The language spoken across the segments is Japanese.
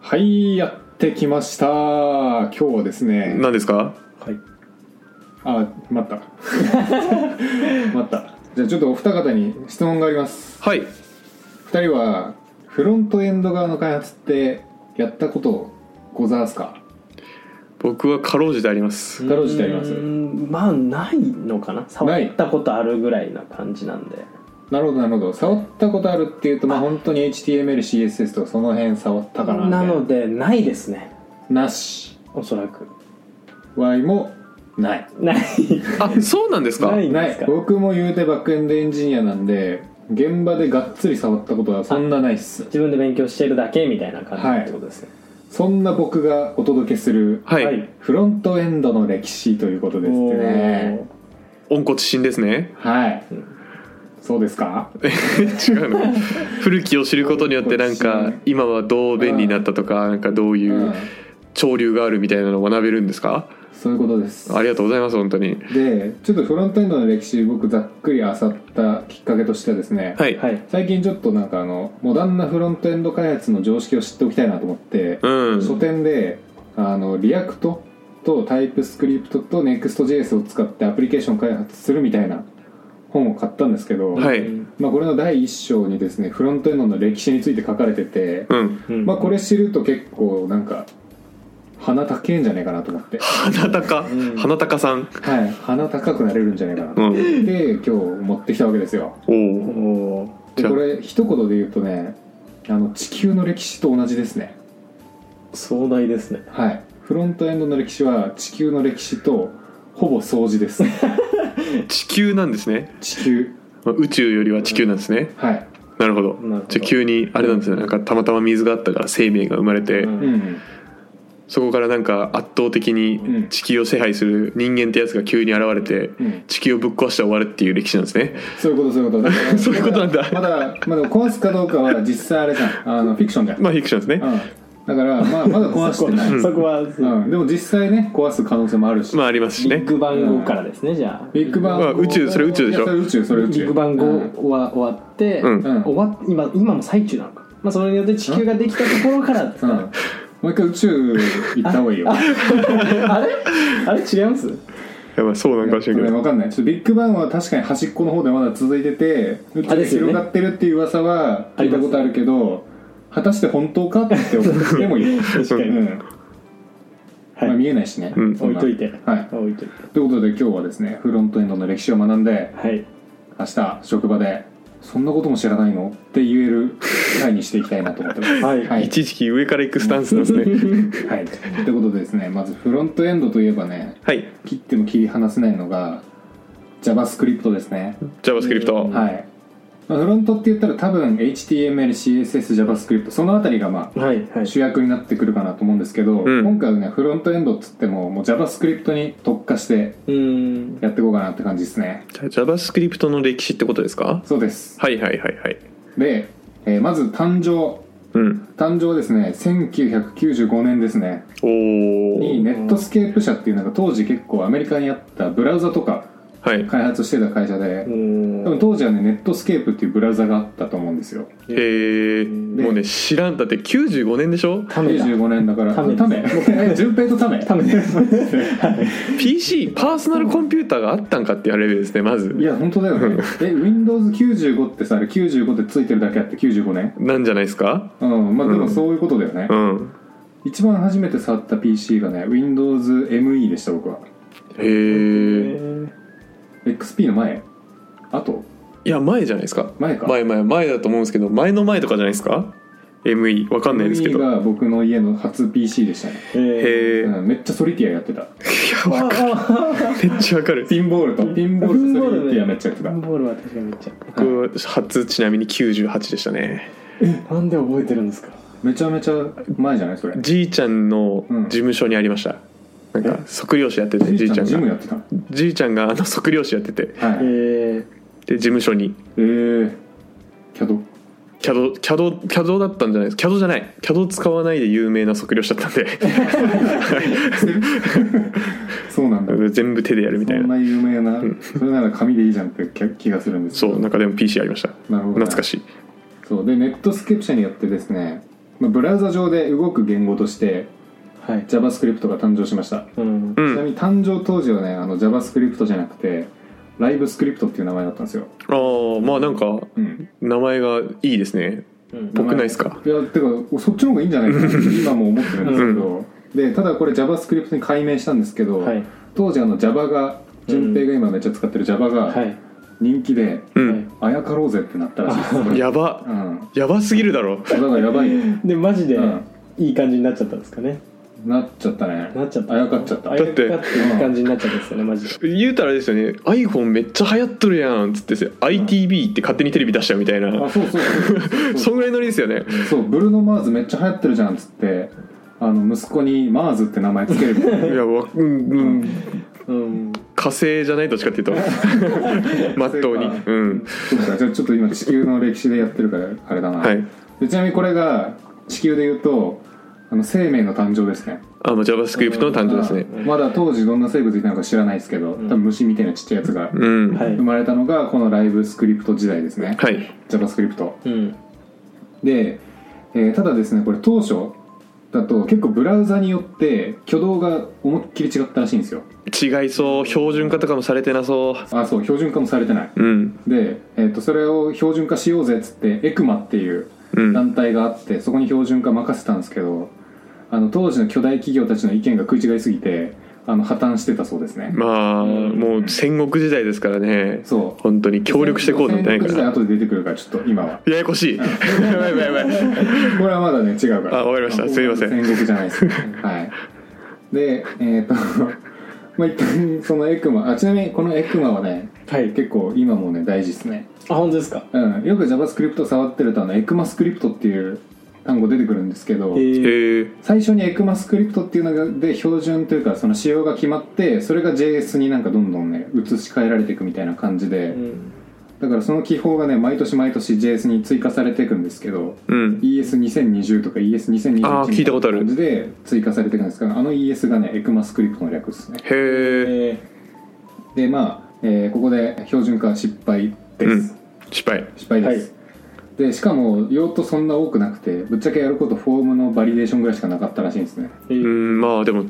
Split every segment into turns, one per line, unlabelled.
はいやってきました今日はですね
何ですか
はい。
あ待った 待ったじゃあちょっとお二方に質問があります
はい
二人はフロントエンド側の開発ってやったことございますか
僕はかろうじてあります
かろうじてあります
うーんまあないのかな。触ったことあるぐらいな感じなんで。
なるほどなるほど触ったことあるっていうとまあ本当に HTMLCSS とかその辺触ったかなみた
ないのでないですね。
なし
おそら く
Y もない
ない。
あそうなんですか
ないん
な
です
い
か。
僕も言うてバックエンドエンジニアなんで現場でがっつり触ったことはそんなないっす
自分で勉強してるだけみたいな感
はい
じってことですね。
そんな僕がお届けする
はい、
はい
フロントエンドの歴史ということです
お
ね
ー
温骨心です ね
はい
うん
そうですか
違うの古きを知ることによってなん
温
か
骨心
今はどう便利になったとかなんかどういううん潮流があるみたいなのを学べるんですか
そういうことです
ありがとうございます本当に
でちょっとフロントエンドの歴史僕ざっくり漁ったきっかけとしてはですね
はい、
はい。
最近ちょっとなんかあのモダンなフロントエンド開発の常識を知っておきたいなと思って
うん
書店であのリアクトとタイプスクリプトと Next.js を使ってアプリケーション開発するみたいな本を買ったんですけど、
はい
うん
まあ、これの第一章にですねフロントエンドの歴史について書かれてて、
うん
うん
まあ、これ知ると結構なんか鼻高えんじゃねえかなと思って、
花高、
うん
花高さん
はい、鼻高くなれるんじゃねえかな
う
と、
ん
で今日持ってきたわけですよ
お
お
お
おー。
でこれ一言で言うとねあの地球の歴史と同じですね
壮大ですね。
はいフロントエンドの歴史は地球の歴史とほぼ掃除です
地球なんですね
地球
まあ宇宙よりは地球なんですね、
はい
なるほど
なるほど
じゃあ急にあれなんですよなんかたまたま水があったから生命が生まれて、
うん
うん
そこからなんか圧倒的
うん
に地球を支配する人間ってやつが急に現れて
うん
地球をぶっ壊して終わるっていう歴史なんですね
そういうことそういうことだから
そういうことなんだ
まだまだ壊すかどうかは実際あれじゃんあのフィクションじゃん
まあフィクションですね
うん、だから、まあ、まだ 壊してない、
そこは、
うん、でも実際ね壊す可能性もあるし、
まあありますし
ビッ
ね
グバン号からですね、じゃあ。
ビッグバン
まあ宇宙それ宇宙でし
い
ょ
やそれ宇宙それ宇宙
ビッグバン号
うん
は終わって、
うん
うん
終わ今今も最中なのか、まあ、それによって地球ができたところからです
うん、
か
もう一回宇宙行った方がいいよ
あれあれ違います
いやまあそうなんかもしれんけど
分かんないちょっとビッグバンは確かに端っこの方でまだ続いてて宇宙
あ
で
ですよね
広がってるっていう噂は聞いたことあるけど、果たして本当かって思ってもい い
確かに
うん
はい
まあ、見えないしね、
うん
そ
置
ん
い
な
といて
はい
置いといて
ということで今日はですねフロントエンドの歴史を学んで
はい
明日職場で「そんなことも知らないの?」って言える回にしていきたいなと思ってます
はい
はい、
一時期上から行くスタンスなんですね
はい、ということでですねまずフロントエンドといえばね
はい
切っても切り離せないのが JavaScript ですね、
う
JavaScript
ん
はい、まあ、フロントって言ったら多分 HTMLCSSJavaScript そのあたりがまあ
はいはい
主役になってくるかなと思うんですけど、
うん
今回はねフロントエンドっつってももう JavaScript に特化して
うーん
やっていこうかなって感じですね
じゃあ JavaScript の歴史ってことですか
そうです
はいはいはいはい
で、えーまず誕生
うん
誕生はですね1995年ですね
お
に
お
ネットスケープ社っていうのが当時結構アメリカにあったブラウザとか
はい
開発してた会社で多
う
分
ん
当時はねネットスケープっていうブラウザがあったと思うんですよ
えー、もうね知らんだって95年でしょ
ためだ
95年だから
タメ
タメえ順平とタメ
ためだ
PC パーソナルコンピューターがあったんかっていうレベルですねまず
いや本当だよねえ Windows95 ってさあれ95ってついてるだけあって95年
なんじゃないですか
うんまあでもそういうことだよね、
うん
一番初めて触った PC がね WindowsME でした僕は
へえ
XP の前あと
いや前じゃないですか
前か
前前前だと思うんですけど前の前とかじゃないですか ME わかんないですけ
ME
ど
が僕の家の初 PC でしたね、
え
へえ
うん、めっちゃソリティアやってた
めっちゃわかる
ピンボールとピンボールとソリティアめっちゃやってた
ンボールは確かにめっちゃ
僕は初ちなみに98でしたね
なんで覚えてるんですか
めちゃめちゃ前じゃないそれ
じいちゃんの
うん
事務所にありましたなんか測量士やっててじいちゃん
ジム
が
やってたの
じいちゃんがあの測量士やってて
は
え
い
ー
で事務所に
えー、キャド
キャドキャドキャドだったんじゃないですキャドじゃないキャド使わないで有名な測量士だったんで
そうなんだ
全部手でやるみ
そ
たい
んな
な
有名なそれなら紙でいいじゃんって気気がするんですけ
そ
ど
う中でも PC ありました
なるほどね
懐かしい
そうでネットスケープ社によってですね、ままあブラウザ上で動く言語として
はい
JavaScript が誕生しました、
う
う
ん
ん
ちなみに誕生当時はねあの JavaScript じゃなくて LiveScript っていう名前だったんですよ、
ああまあなんか
うん、
名前がいいですね
うん
僕ないっすか
いやてかそっちの方がいいんじゃないかなって今も思ってるんですけど、でただこれ JavaScript に改名したんですけど、
はい
当時あの Java が順平が今めっちゃ使ってる Java
は
が
い
人気で、
うん
あやかろうぜってなったらしいです、
やば
うん、
やばすぎるだろ
だからやばいよ
でマジで
うん
いい感じになっちゃったんですかね
なっちゃったね
なっちゃった
あやかっちゃった
あやかってい
だ
い
って
感じになっちゃったんですよねマジで
言うたらあれですよね iPhone めっちゃ流行っとるやんっつってさ ITB って勝手にテレビ出しちゃうみたいな
あそうそうそうそう
そんぐらいのりですよね
そうブルーノ・マーズめっちゃ流行ってるじゃんっつってあの息子にマーズって名前つけるみたい
い
な
やわうんうん
うん
火星じゃないどっちかっていうとまっとうに
火星
うん
そうかじゃあちょっと今地球の歴史でやってるからあれだな、
はい
でちなみにこれが地球で言うとあの生命の誕生ですね
あまあ JavaScript の誕生ですね
まだ当時どんな生物いたのか知らないですけど、多分虫みたいなちっちゃいやつが
うん
は
はい
生まれたのがこのライブスクリプト時代ですね、
い
JavaScript
うん
で、えーただですねこれ当初だと結構ブラウザによって挙動が思いっきり違ったらしいんですよ
違いそう標準化とかもされてなそ
あそう標準化もされてないう
うん
で、えー、とそれを標準化しようぜっつってエクマっていう
うん
団体があって、そこに標準化任せたんですけどあの当時の巨大企業たちの意見が食い違いすぎてあの破綻してたそうですね、
まあ
うん
もう戦国時代ですからね
そう
本当に協力してこうなんてないか
戦国時代
ら
後で出てくるからちょっと今は
ややこしいやばいやばいやばい
これはまだね違うから
あわかりましたすいません
戦国じゃないですはいでえっ、と まあ一旦そのエクマあちなみにこのエクマはね
はい
結構今もね大事ですね
あ本当ですか
うんよく JavaScript 触ってるとあのエクマスクリプトっていう単語出てくるんですけど、
え
へえ
最初にエクマスクリプトっていうのがで標準というかその仕様が決まってそれが JS になんかどんどんね移し替えられていくみたいな感じで、だからその記法がね毎年毎年 JS に追加されていくんですけど
うん
ES2020 とか ES2021
あー聞いたことある
みいな感じで追加されていくんですけどあの ES がねエクマスクリプトの略ですね
へえ
え
でまあ、えーここで標準化失敗です、
うん失敗
失敗です、でしかも用途そんな多くなくてぶっちゃけやることフォームのバリデーションぐらいしかなかったらしいんですね
え
う
え
んまあでも
うん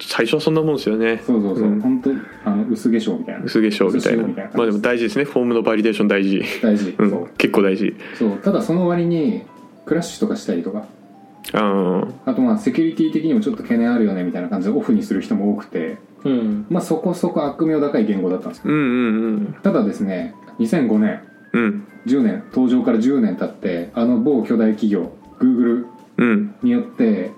最初はそんなもんですよね
そうそうそう、
ん
本当あの薄化粧みたいな
薄化粧みたいな
薄化粧みたいな感じ
まあでも大事ですねフォームのバリデーション大事
大事、
う
そ
ん
う
結構大事
そうただその割にクラッシュとかしたりとか
あの
あとまあセキュリティ的にもちょっと懸念あるよねみたいな感じでオフにする人も多くて
うん
まあそこそこ悪名高い言語だったんですよ
うんうんうん
ただですね2005年
うん
10年登場から10年経ってあの某巨大企業 Google
うん
によって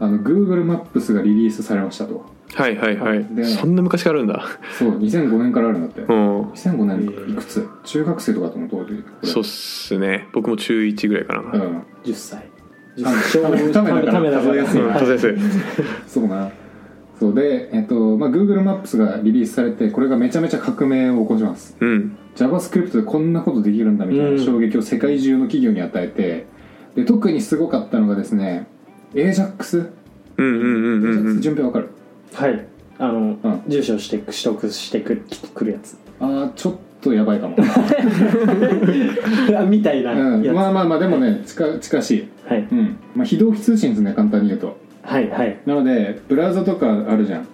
あの Google マップスがリリースされましたと
はいはいは
で
いそんな昔からあるんだ
そう2005年からあるんだって
うん
2005年いくつ中学生とかとの当時
そうっ
う
すね僕も中1ぐらいかな
う
うん
ん
10歳
ためためだから
ためだ
数えやすい
とりあえず
そうなそうで、えっとまあ、Google マップスがリリースされてこれがめちゃめちゃ革命を起こします
うん
JavaScript でこんなことできるんだみたいな衝撃を世界中の企業に与えて、で特にすごかったのがですね AJAX
うんうんうんうんうん
AJAX 順平わかる、
はいあの、
ん
住所して取得してくるくるやつ
ああちょっとやばいか も、
あみたいな
う
やつ、
ん、まあまあまあでもね近近しい、
はい
うんまあ、非同期通信ですね簡単に言うと
はいはい
なのでブラウザとかあるじゃん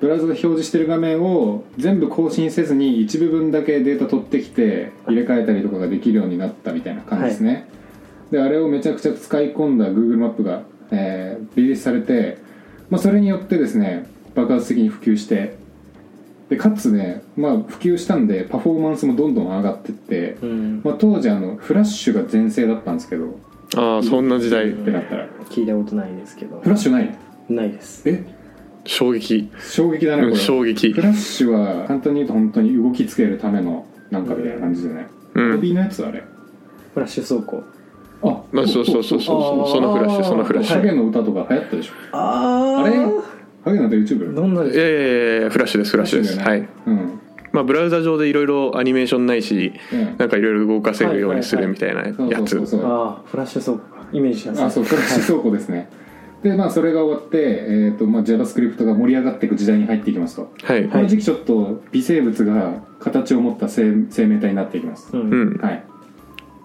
ブラウザで表示してる画面を全部更新せずに一部分だけデータ取ってきて入れ替えたりとかができるようになったみたいな感じですね、であれをめちゃくちゃ使い込んだ Google マップが、えーリリースされて、まあ、それによってですね爆発的に普及してでかつね、まあ、普及したんでパフォーマンスもどんどん上がってって、
うん
まあ、当時あのフラッシュが全盛だったんですけど
ああそんな時代
ってなったら
聞いたことないですけど
フラッシュない
ないです
え
衝撃
衝撃だねこ
うん
れ
衝撃
フラッシュは簡単に言うと本当に動きつけるためのなんかみたいな感じでね、
う
アド
ん
ビのやつあれ
フラッシュ走行
あ
まあそうそうそうそうそうそのフラッシュそのフラッシ
ハ
ュ
ゲの歌とか流行ったでしょ
あ
あれハゲの歌 YouTube?
どんなで
いやいやいやいやフラッシュですフラッシュです
フラ
は
ッ
い
うん、
まあブラウザ上でいろいろアニメーションないし
うん
なんかいろいろ動かせるようにするみたいな
そうそ
や
う
つ
そうそう
ああフラッシュ走行かイメージしやすい
あそうフラッシュ倉庫ですねでまあそれが終わって、えーとまあ、JavaScript が盛り上がっていく時代に入っていきますと、
はい
この時期ちょっと微生物が形を持った生生命体になっていきます、
う
うんん
はい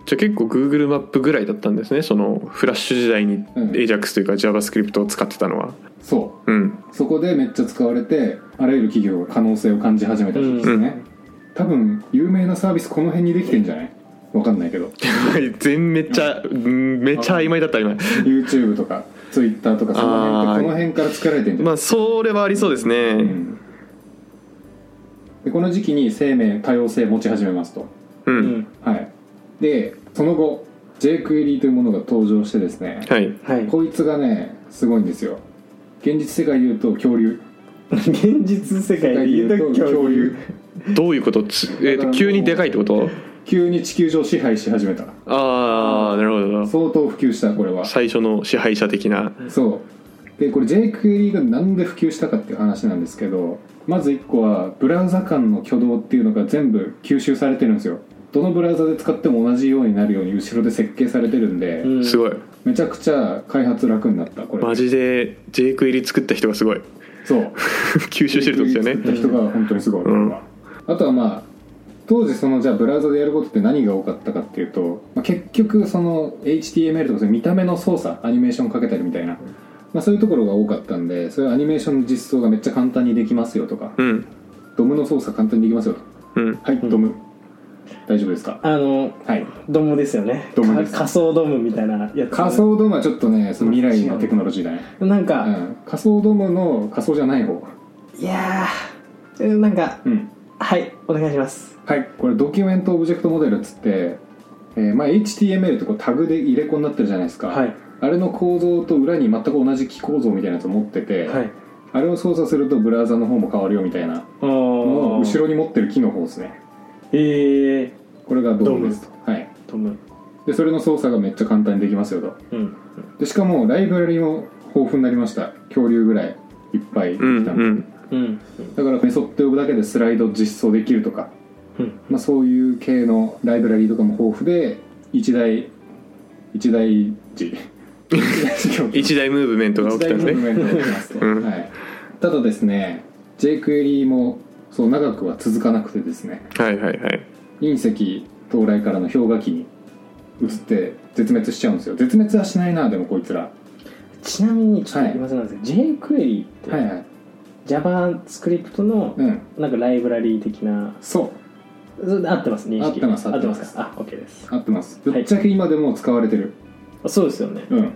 じゃあ結構 Google マップぐらいだったんですねそのフラッシュ時代に
うん
AJAX というか JavaScript を使ってたのは
そう
うん
そこでめっちゃ使われてあらゆる企業が可能性を感じ始めた時期ですね、多分有名なサービスこの辺にできてんじゃないわかんないけ ど
全めっちゃうんめっちゃ曖昧だった今
YouTube とか Twitter とかその辺ってこの辺から作られてんじゃな
ま
い、
あそれはありそうですね、
うんでこの時期に生命多様性持ち始めますと
う、
うんん
はいでその後 JQuery というものが登場してですね、
はい
はい
こいつがねすごいんですよ現実世界で言うと恐竜
現実世界で言うと恐竜
どういうことち、えーと急にでかいってこと
急に地球上支配し始めた
ああなるほど
相当普及したこれは
最初の支配者的な
そうでこれ JQuery がなんで普及したかっていう話なんですけどまず1個はブラウザ間の挙動っていうのが全部吸収されてるんですよどのブラウザで使っても同じようになるように後ろで設計されてるんで、
うん
すごい
めちゃくちゃ開発楽になったこれ、
マジで J クエリ作った人がすごい
そう
吸収してるってことですよね
JQuery 作った人が本当にすごい、これはあとはまあ当時そのじゃあブラウザでやることって何が多かったかっていうと、まあ、結局その HTML とかそういう見た目の操作アニメーションかけたりみたいな、まあ、そういうところが多かったんでそういうアニメーションの実装がめっちゃ簡単にできますよとか
うん
ドムの操作簡単にできますよと
うん
はい、ドム大丈夫ですか
あの
はい
ドムですよね
ドムです
か仮想ドムみたいなやつ
仮想ドムはちょっとねその未来のテクノロジーだね、
なん
う
か、
ん、仮想ドムの仮想じゃない方
いやーえなんか
うん
はいお願いします
はいこれドキュメントオブジェクトモデルっつって、えーまあ、HTML ってこうタグで入れ子になってるじゃないですか、
はい
あれの構造と裏に全く同じ機構造みたいなやつを持ってて、
はい
あれを操作するとブラウザの方も変わるよみたいなのを
お
後
ろ
ろに持ってる機能方ですね
ええ
これがドムですとはい
ドム
でそれの操作がめっちゃ簡単にできますよと
うん
でしかもライブラリも豊富になりました恐竜ぐらいいっぱいでき
う
たん
ん
で、
うん
うん
だからメソッド呼ぶだけでスライド実装できるとか、
うん
まあ、そういう系のライブラリとかも豊富で一大一大事一大事業
一大ムーブメントが起
一
きた
大
ん
ム
です
ーブメ
ね
ントが起きますと、
うん
はい、ただですね JQuery もそう長くは続かなくてですね
はいはいはい
隕石到来からの氷河期に移って絶滅しちゃうんですよ絶滅はしないなでもこいつら
ちなみにちょっと今更なんですけど、j クエリって、
はいはい
JavaScript の
うん
なんかライブラリー的な
そう
それ合ってます認識
合ってます
合
合
っ
ってて
ま
ますす
かあ OK です
合ってます
はい
ぶっちゃけ今でも使われてる、
あそうですよね
うん
はい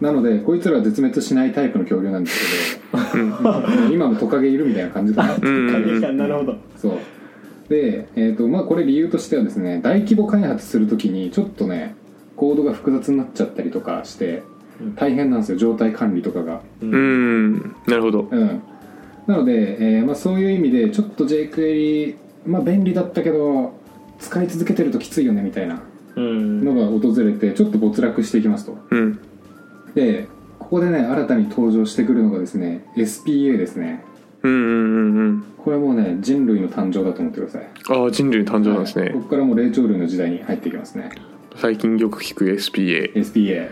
なのでこいつらは絶滅しないタイプの恐竜なんですけど、うん今もトカゲいるみたいな感じかな
うんうんうん
なるほど
そうで、えーとまあ、これ理由としてはですね大規模開発するときにちょっとねコードが複雑になっちゃったりとかして
うん
大変なんですよ状態管理とかが
う
うんなるほど
うんなので、えーまあ、そういう意味でちょっと JQuery、まあ、便利だったけど使い続けてるときついよねみたいな
うん
のが訪れてちょっと没落していきますと
うん
でここでね新たに登場してくるのがですね SPA ですね
うんうんうんうん
これはもうね人類の誕生だと思ってください
ああ人類の誕生なんです
はい
ね
ここからもう霊長類の時代に入っていきますね
最近よく聞く SPA
SPA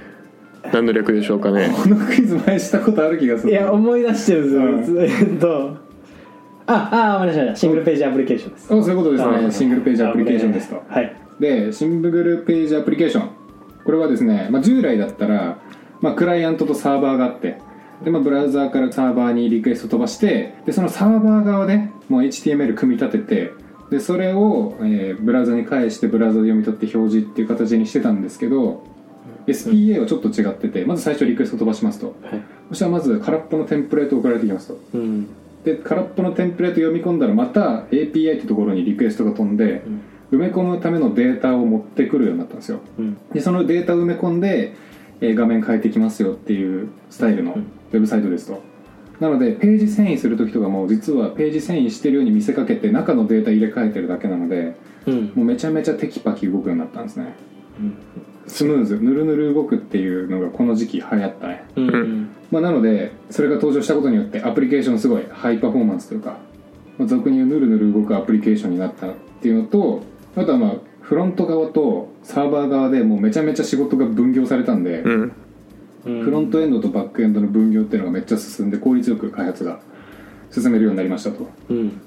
何の略でしょうかね
このクイズ前したことある気がす
い
る
や
あ
思い出してるんですよ、えっとああ思い出しましたシングルページアプリケーションです
そういうことです
あ
ねシングルページアプリケーションですと
はい
でシングルページアプリケーションこれはですね、まあ、従来だったら、まあ、クライアントとサーバーがあってで、まあ、ブラウザーからサーバーにリクエスト飛ばしてでそのサーバー側でもう HTML 組み立ててでそれを、えーブラウザに返してブラウザで読み取って表示っていう形にしてたんですけど SPA はちょっと違っててまず最初リクエスト飛ばしますと
はい
そしたらまず空っぽのテンプレート送られてきますと
うん
で空っぽのテンプレート読み込んだらまた API ってところにリクエストが飛んで
うん
埋め込むためのデータを持ってくるようになったんですよ
うん
でそのデータを埋め込んで、えー画面変えてきますよっていうスタイルの
う
ウ
ん
ェブサイトですとなのでページ遷移する時とかも実はページ遷移してるように見せかけて中のデータ入れ替えてるだけなので
うん
もうめちゃめちゃテキパキ動くようになったんですね
うん
スムーズぬるぬる動くっていうのがこの時期流行ったね
うん
う
まあ、なのでそれが登場したことによってアプリケーションすごいハイパフォーマンスというか、まあ、俗に言うヌルヌル動くアプリケーションになったっていうのとあとはまあフロント側とサーバー側でもうめちゃめちゃ仕事が分業されたんで、
うん
うん
フロントエンドとバックエンドの分業っていうのがめっちゃ進んで効率よく開発が進めるようになりましたと
うん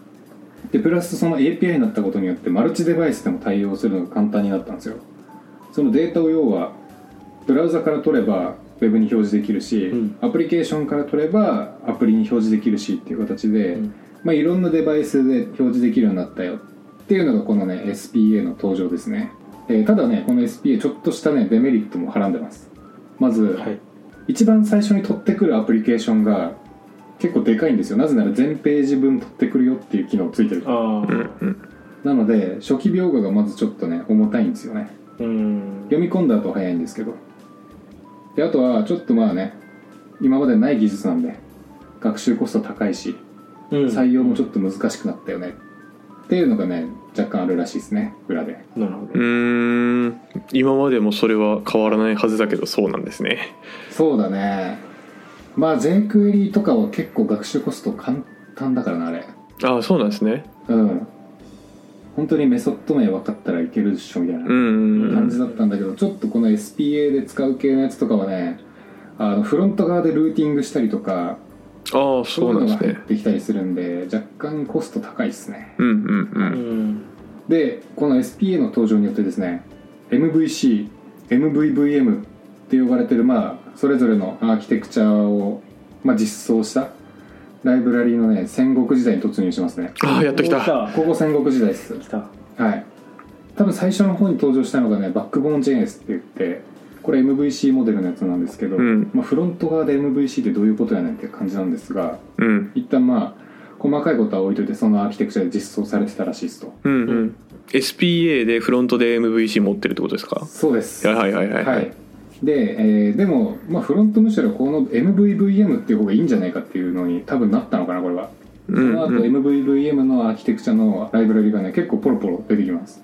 でプラスその API になったことによってマルチデバイスでも対応するのが簡単になったんですよそのデータを要はブラウザから取ればウェブに表示できるし、
うん
アプリケーションから取ればアプリに表示できるしっていう形で、
うん
まあ、いろんなデバイスで表示できるようになったよっていうのがこのね SPA の登場ですね、えーただねこの SPA ちょっとしたねデメリットもはらんでますまず、
はい
一番最初に取ってくるアプリケーションが結構でかいんですよなぜなら全ページ分取ってくるよっていう機能ついてる
ああ
なので初期描画がまずちょっとね重たいんですよね
うん
読み込んだ後早いんですけどであとはちょっとまあね今までない技術なんで学習コスト高いし
うん
採用もちょっと難しくなったよね、っていうのがね若干あるらしいですね裏で
なるほ
う
ど
ーん今までもそれは変わらないはずだけどそうなんですね
そうだねまあ JQuery とかは結構学習コスト簡単だからなあれ
ああそうなんですね
うん本当にメソッド名分かったらいけるっしょみたいな
うんうんう
感
ん
じだったんだけど、ちょっとこの SPA で使う系のやつとかはねあのフロント側でルーティングしたりとか
ああそうなん
いのが
です
入っ
ね
てきたりするんで若干コスト高いですね
うんう
うんん
でこの SPA の登場によってですね MVCMVVM って呼ばれてるまあそれぞれのアーキテクチャを、まあ、実装したライブラリーのね戦国時代に突入しますね
うんああやっときた
おー
ここ戦国時代です
来た
はい多分最初の方に登場したのがねバックボーン JS って言ってこれ MVC モデルのやつなんですけど、
うん
まあ、フロント側で MVC ってどういうことやねんって感じなんですが
うん
一旦まあ細かいことは置いといてそのアーキテクチャで実装されてたらしいですと
うんうん SPA でフロントで MVC 持ってるってことですか
そうです
はいはいはいはい
はいで、えーでも、まあ、フロントむしろこの MVVM っていう方がいいんじゃないかっていうのに多分なったのかなこれは
う
そ
ん
の後
うん
MVVM のアーキテクチャのライブラリがね結構ポロポロ出てきます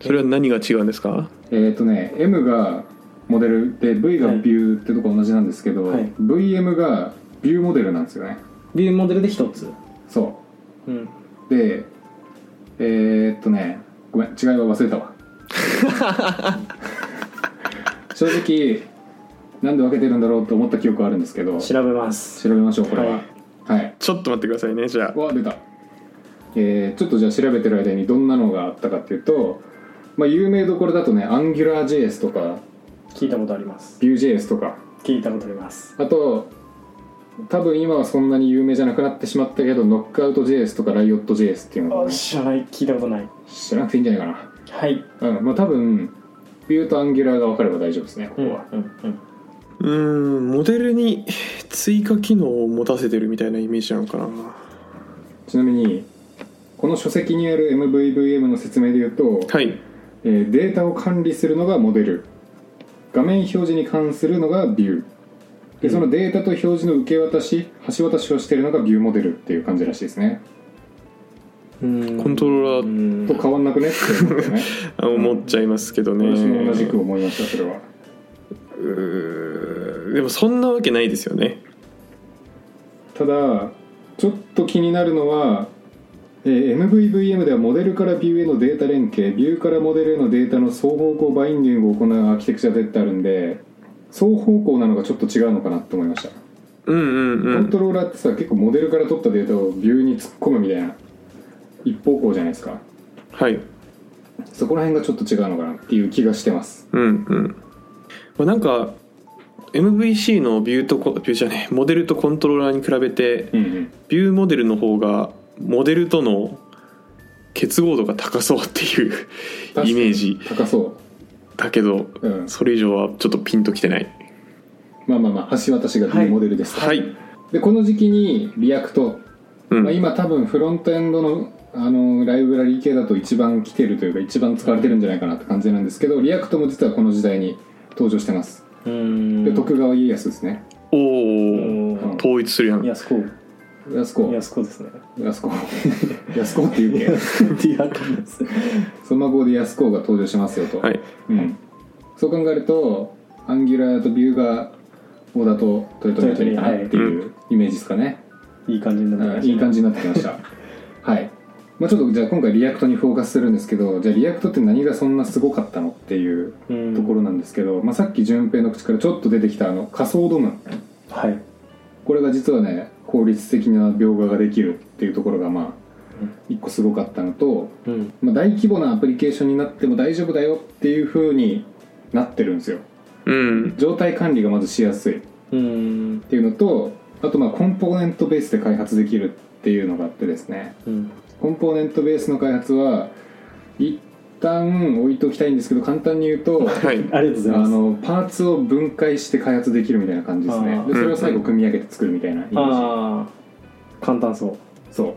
それは何が違うんですか
えっ、とね M がモデルで V が
はい
ビューってとこ同じなんですけど、
はい
VM がビューモデルなんですよね
ビューモデルで一つ
そ
うん
うでえっとねごめん違いは忘れたわ正直なんで分けてるんだろうと思った記憶はあるんですけど
調べます
調べましょうこれははい、
ちょっと待ってくださいねじゃ
わ出た、えーちょっとじゃあ調べてる間にどんなのがあったかっていうと、まあ、有名どころだとね AngularJS とか
聞いたことあります
Vue.js とか
聞いたことあります
あと多分今はそんなに有名じゃなくなってしまったけど Knockout.js とか Riot.js っていうのが、
あ
ね、
知らない聞いたことない
知らなくていいんじゃないか
はい
なうんまあ多分 Vue と Angular が分かれば大丈夫ですねこ
う
こ
んう
は、
ん
あうんモデルに追加機能を持たせてるみたいなイメージなのかな
ちなみにこの書籍にある MVVM の説明で言うと、
はい
えーデータを管理するのがモデル画面表示に関するのがビューでそのデータと表示の受け渡し橋渡しをしているのがビューモデルっていう感じらしいですね、
うん
コントローラー
ー
と変わんなくねって思ってね
あ思っちゃいますけどね
私も同じく思いましたそれは
うーでもそんなわけないですよね
ただちょっと気になるのは、えー MVVM ではモデルからビューへのデータ連携ビューからモデルへのデータの双方向バインディングを行うアーキテクチャでってあるんで双方向なのがちょっと違うのかなと思いました
うんうんう
コン
ん
トローラーってさ結構モデルから取ったデータをビューに突っ込むみたいな一方向じゃないですか
はい
そこら辺がちょっと違うのかなっていう気がしてます
うんうん、まあ、なんか MVC のビューとコビューじゃねえモデルとコントローラーに比べて
うんうん
ビューモデルの方がモデルとの結合度が高そうっていう
かに
イメージ
高そ
だけど
う、うん、
それ以上はちょっとピンときてない
まあまあまあ橋渡しがビューモデルです、
はい
でこの時期にリアクト、
うん、
まあ、今多分フロントエンドのあのライブラリー系だと一番来てるというか一番使われてるんじゃないかなって感じなんですけどリアクトも実はこの時代に登場してます
うん
で徳川家康ですね
お
う
お
ん
統一するやん
安子
安子
安子ですね
安子 安子っていう け
リアクです
その後で安子が登場しますよと、
はい
うん、そう考えるとアンギュラーとビューが小田とトヨタにかなっていうイメージですかね、
いい感じになって
う
ま
ん
した
いい感じになってきましたはい、まあ、ちょっとじゃあ今回リアクトにフォーカスするんですけどじゃあリアクトって何がそんなすごかったのっていう
うん
ところなんですけど、まあ、さっき順平の口からちょっと出てきたあの仮想ドム
はい
これが実はね効率的な描画ができるっていうところがまあ一個すごかったのと、
うん
まあ、大規模なアプリケーションになっても大丈夫だよっていうふうになってるんですよ
うん
状態管理がまずしやすいっ
うん
ていうのとあとまあコンポーネントベースで開発できるっていうのがあってですね
うん
コンポーネントベースの開発は一旦置いときたいんですけど簡単に言うと
はい
ありがとうござい
あ
ます
のパーツを分解して開発できるみたいな感じです
あ
ね
ー
でそれを最後組み上げて作るみたいなイメージ
ああ簡単そ
そう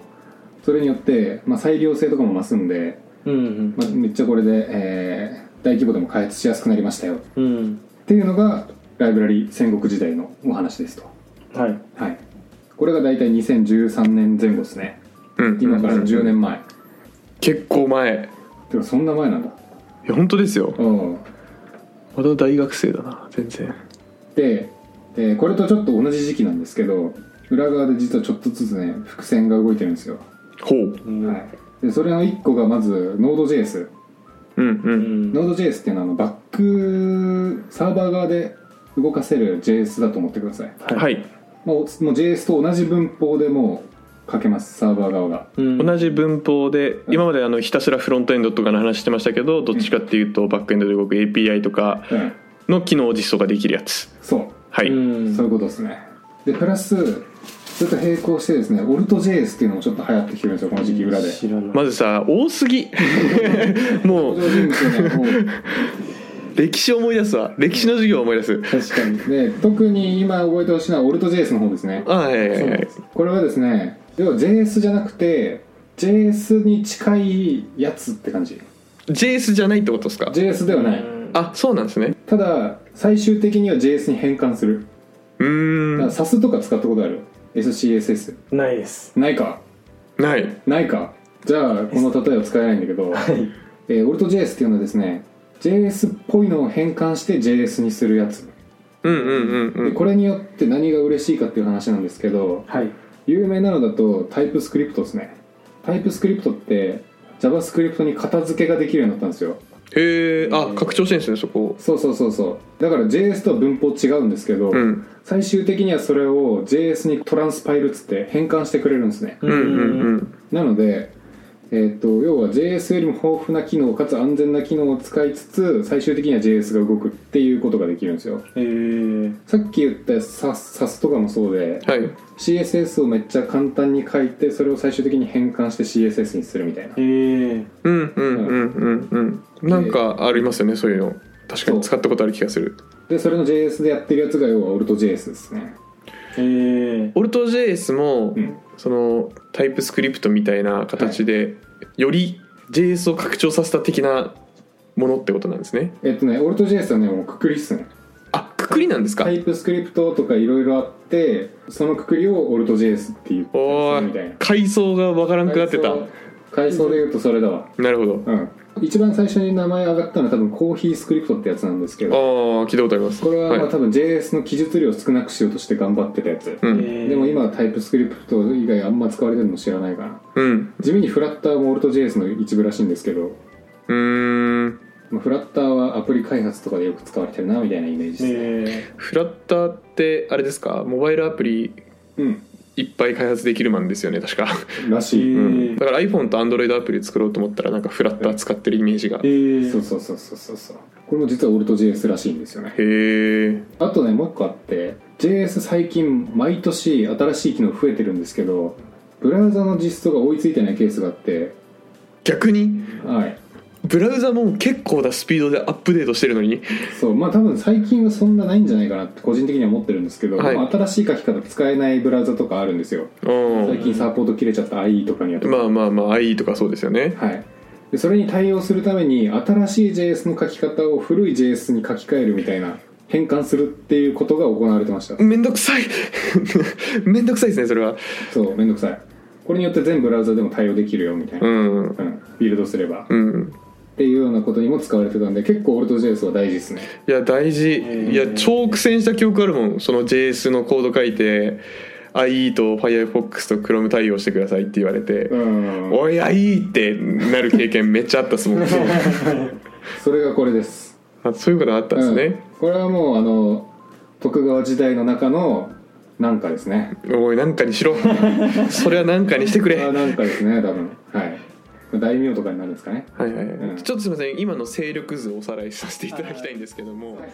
それによって、まあ、裁量性とかも増すんで、
ううん
まあ、めっちゃこれで、えー大規模でも開発しやすくなりましたよっ
うんうん
ていうのがライブラリ戦国時代のお話ですと
はい
はいこれが大体2013年前後ですね
うん
今から10年前
結構前
てかそんな前なんだ
いや本当ですよ
うん
まだ大学生だな全然
で、えーこれとちょっと同じ時期なんですけど裏側で実はちょっとずつね伏線が動いてるんですよ、
ほう
うん
はい、でそれの1個がまず Node.js
うんう
うんん
Node.js っていうのはあのバックサーバー側で動かせる JS だと思ってください
い
はい
もうもう JS と同じ文法でもう書けますサーバー側が
うん
同じ文法で今まであのひたすらフロントエンドとかの話してましたけどどっちかっていうとバックエンドで動く API とか
うん
の機能実装ができるやつ
そう
はいううん
そういうことですねでプラスそれと並行してですね Alt.js っていうのもちょっと流行ってきてるんですよこの時期裏で
知らない
まずさ多すぎ
登場人物の
もう
ねこう
歴史を思い出すわ歴史の授業を思い出す
確かに
で特に今覚えてほしいのは Alt.js の方ですね
あはいはいはい
これはですね要は JS じゃなくて JS に近いやつって感じ
JS じゃないってことですか
JS ではない
あそうなんですね
ただ最終的には JS に変換する
う
だ
ー
から
ん
SAS とか使ったことある SCSS
ないです
ないか
ない
ないかじゃあこの例えは使えないんだけ ど、
はい
えー、Alt.js っていうのはですね JS っぽいのを変換して JS にするやつ
うんうんうんう
で
ん
これによって何が嬉しいかっていう話なんですけど
はい
有名なのだとタイプスクリプトですねタイプスクリプトって JavaScript に片付けができるようになったんですよ
へえあ拡張してるんですねそこ
そうそうそうそうだから JS とは文法違うんですけど、
うん
最終的にはそれを JS にトランスパイルっつって変換してくれるんですね
うんうんうん
なので、えー、と要は JS よりも豊富な機能かつ安全な機能を使いつつ最終的には JS が動くっていうことができるんですよ
えー
さっき言った SAS とかもそうで
はい
CSS をめっちゃ簡単に書いてそれを最終的に変換して CSS にするみたいな
えー
うんうんうんうんうんなんかありますよねそういうの確かに使ったことある気がする
でそれの JS でやってるやつが要は Alt.js ですね
えー
オルト JS も、
うん
そのタイプスクリプトみたいな形で、より JS を拡張させた的なものってことなんですね
えっとね Alt.js はねもうくくりっすね
あくくりなんですか、
タイプスクリプトとかいろいろあってそのくくりを Alt.js っていう
お
みたい
ー
な
階層がわからなくなってた
階層で言うとそれだわ
なるほど
うん一番最初に名前上がったのは多分コーヒースクリプトってやつなんですけど
ああ聞いたことあります
これはまあ
い
多分 JS の記述量を少なくしようとして頑張ってたやつ
う
え
ん
ー
でも今はタイプスクリプト以外あんま使われてるの知らないかな
うん
地味にフラッターも Alt.js の一部らしいんですけど
うーん
まあフラッターはアプリ開発とかでよく使われてるなみたいなイメージですね
え
フラッターってあれですかモバイルアプリ
うん
いっぱい開発できるマンですよね確か、
らしい、
う
えー
ん、だから iPhone と Android アプリ作ろうと思ったらなんかフラッター使ってるイメージが
ーえ
へ
ー
そうそうそうそうそうそうこれも実は Alt.js らしいんですよね
え
あとねもう一個あって JS 最近毎年新しい機能増えてるんですけどブラウザの実装が追いついてないケースがあって
逆に
はい
ブラウザも結構なスピードでアップデートしてるのに
そうまあ多分最近はそんなないんじゃないかなって個人的には思ってるんですけど、
はい
まあ新しい書き方使えないブラウザとかあるんですよ
う
最近サポート切れちゃった IE とかにやって
んまあまあまあ IE とかそうですよね
はいでそれに対応するために新しい JS の書き方を古い JS に書き換えるみたいな変換するっていうことが行われてました
めんどくさい めんどくさいですねそれは
そうめんどくさいこれによって全ブラウザでも対応できるよみたいうな、
ん
うんビルドすれば
うん
っていうようなことにも使われてたんで結構 Alt.js は大事ですね
いや大事いや超苦戦した記憶あるもんその JS のコード書いて IE と Firefox と Chrome 対応してくださいって言われて
うん
おい IE ってなる経験めっちゃあったっすもんあ
それがこれです
そういうことあったんですね、
うん、これはもうあの徳川時代の中のなんかですね
おいなんかにしろそれはなんかにしてく
あ
れ
なんかですね多分はい大名とかになるんですかね
はいはいはい、
うん
ちょっとすみません今の勢力図をおさらいさせていただきたいんですけども、
はい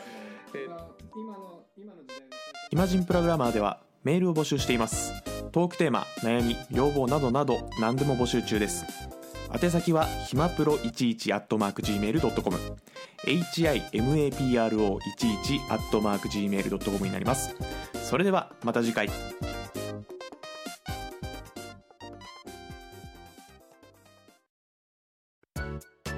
え
今の今の時代の
イマジンプログラマーではメールを募集していますトークテーマ悩み要望などなど何でも募集中です宛先はひまプロ11 at mark gmail.com himapro11 at mark gmail.com になりますそれではまた次回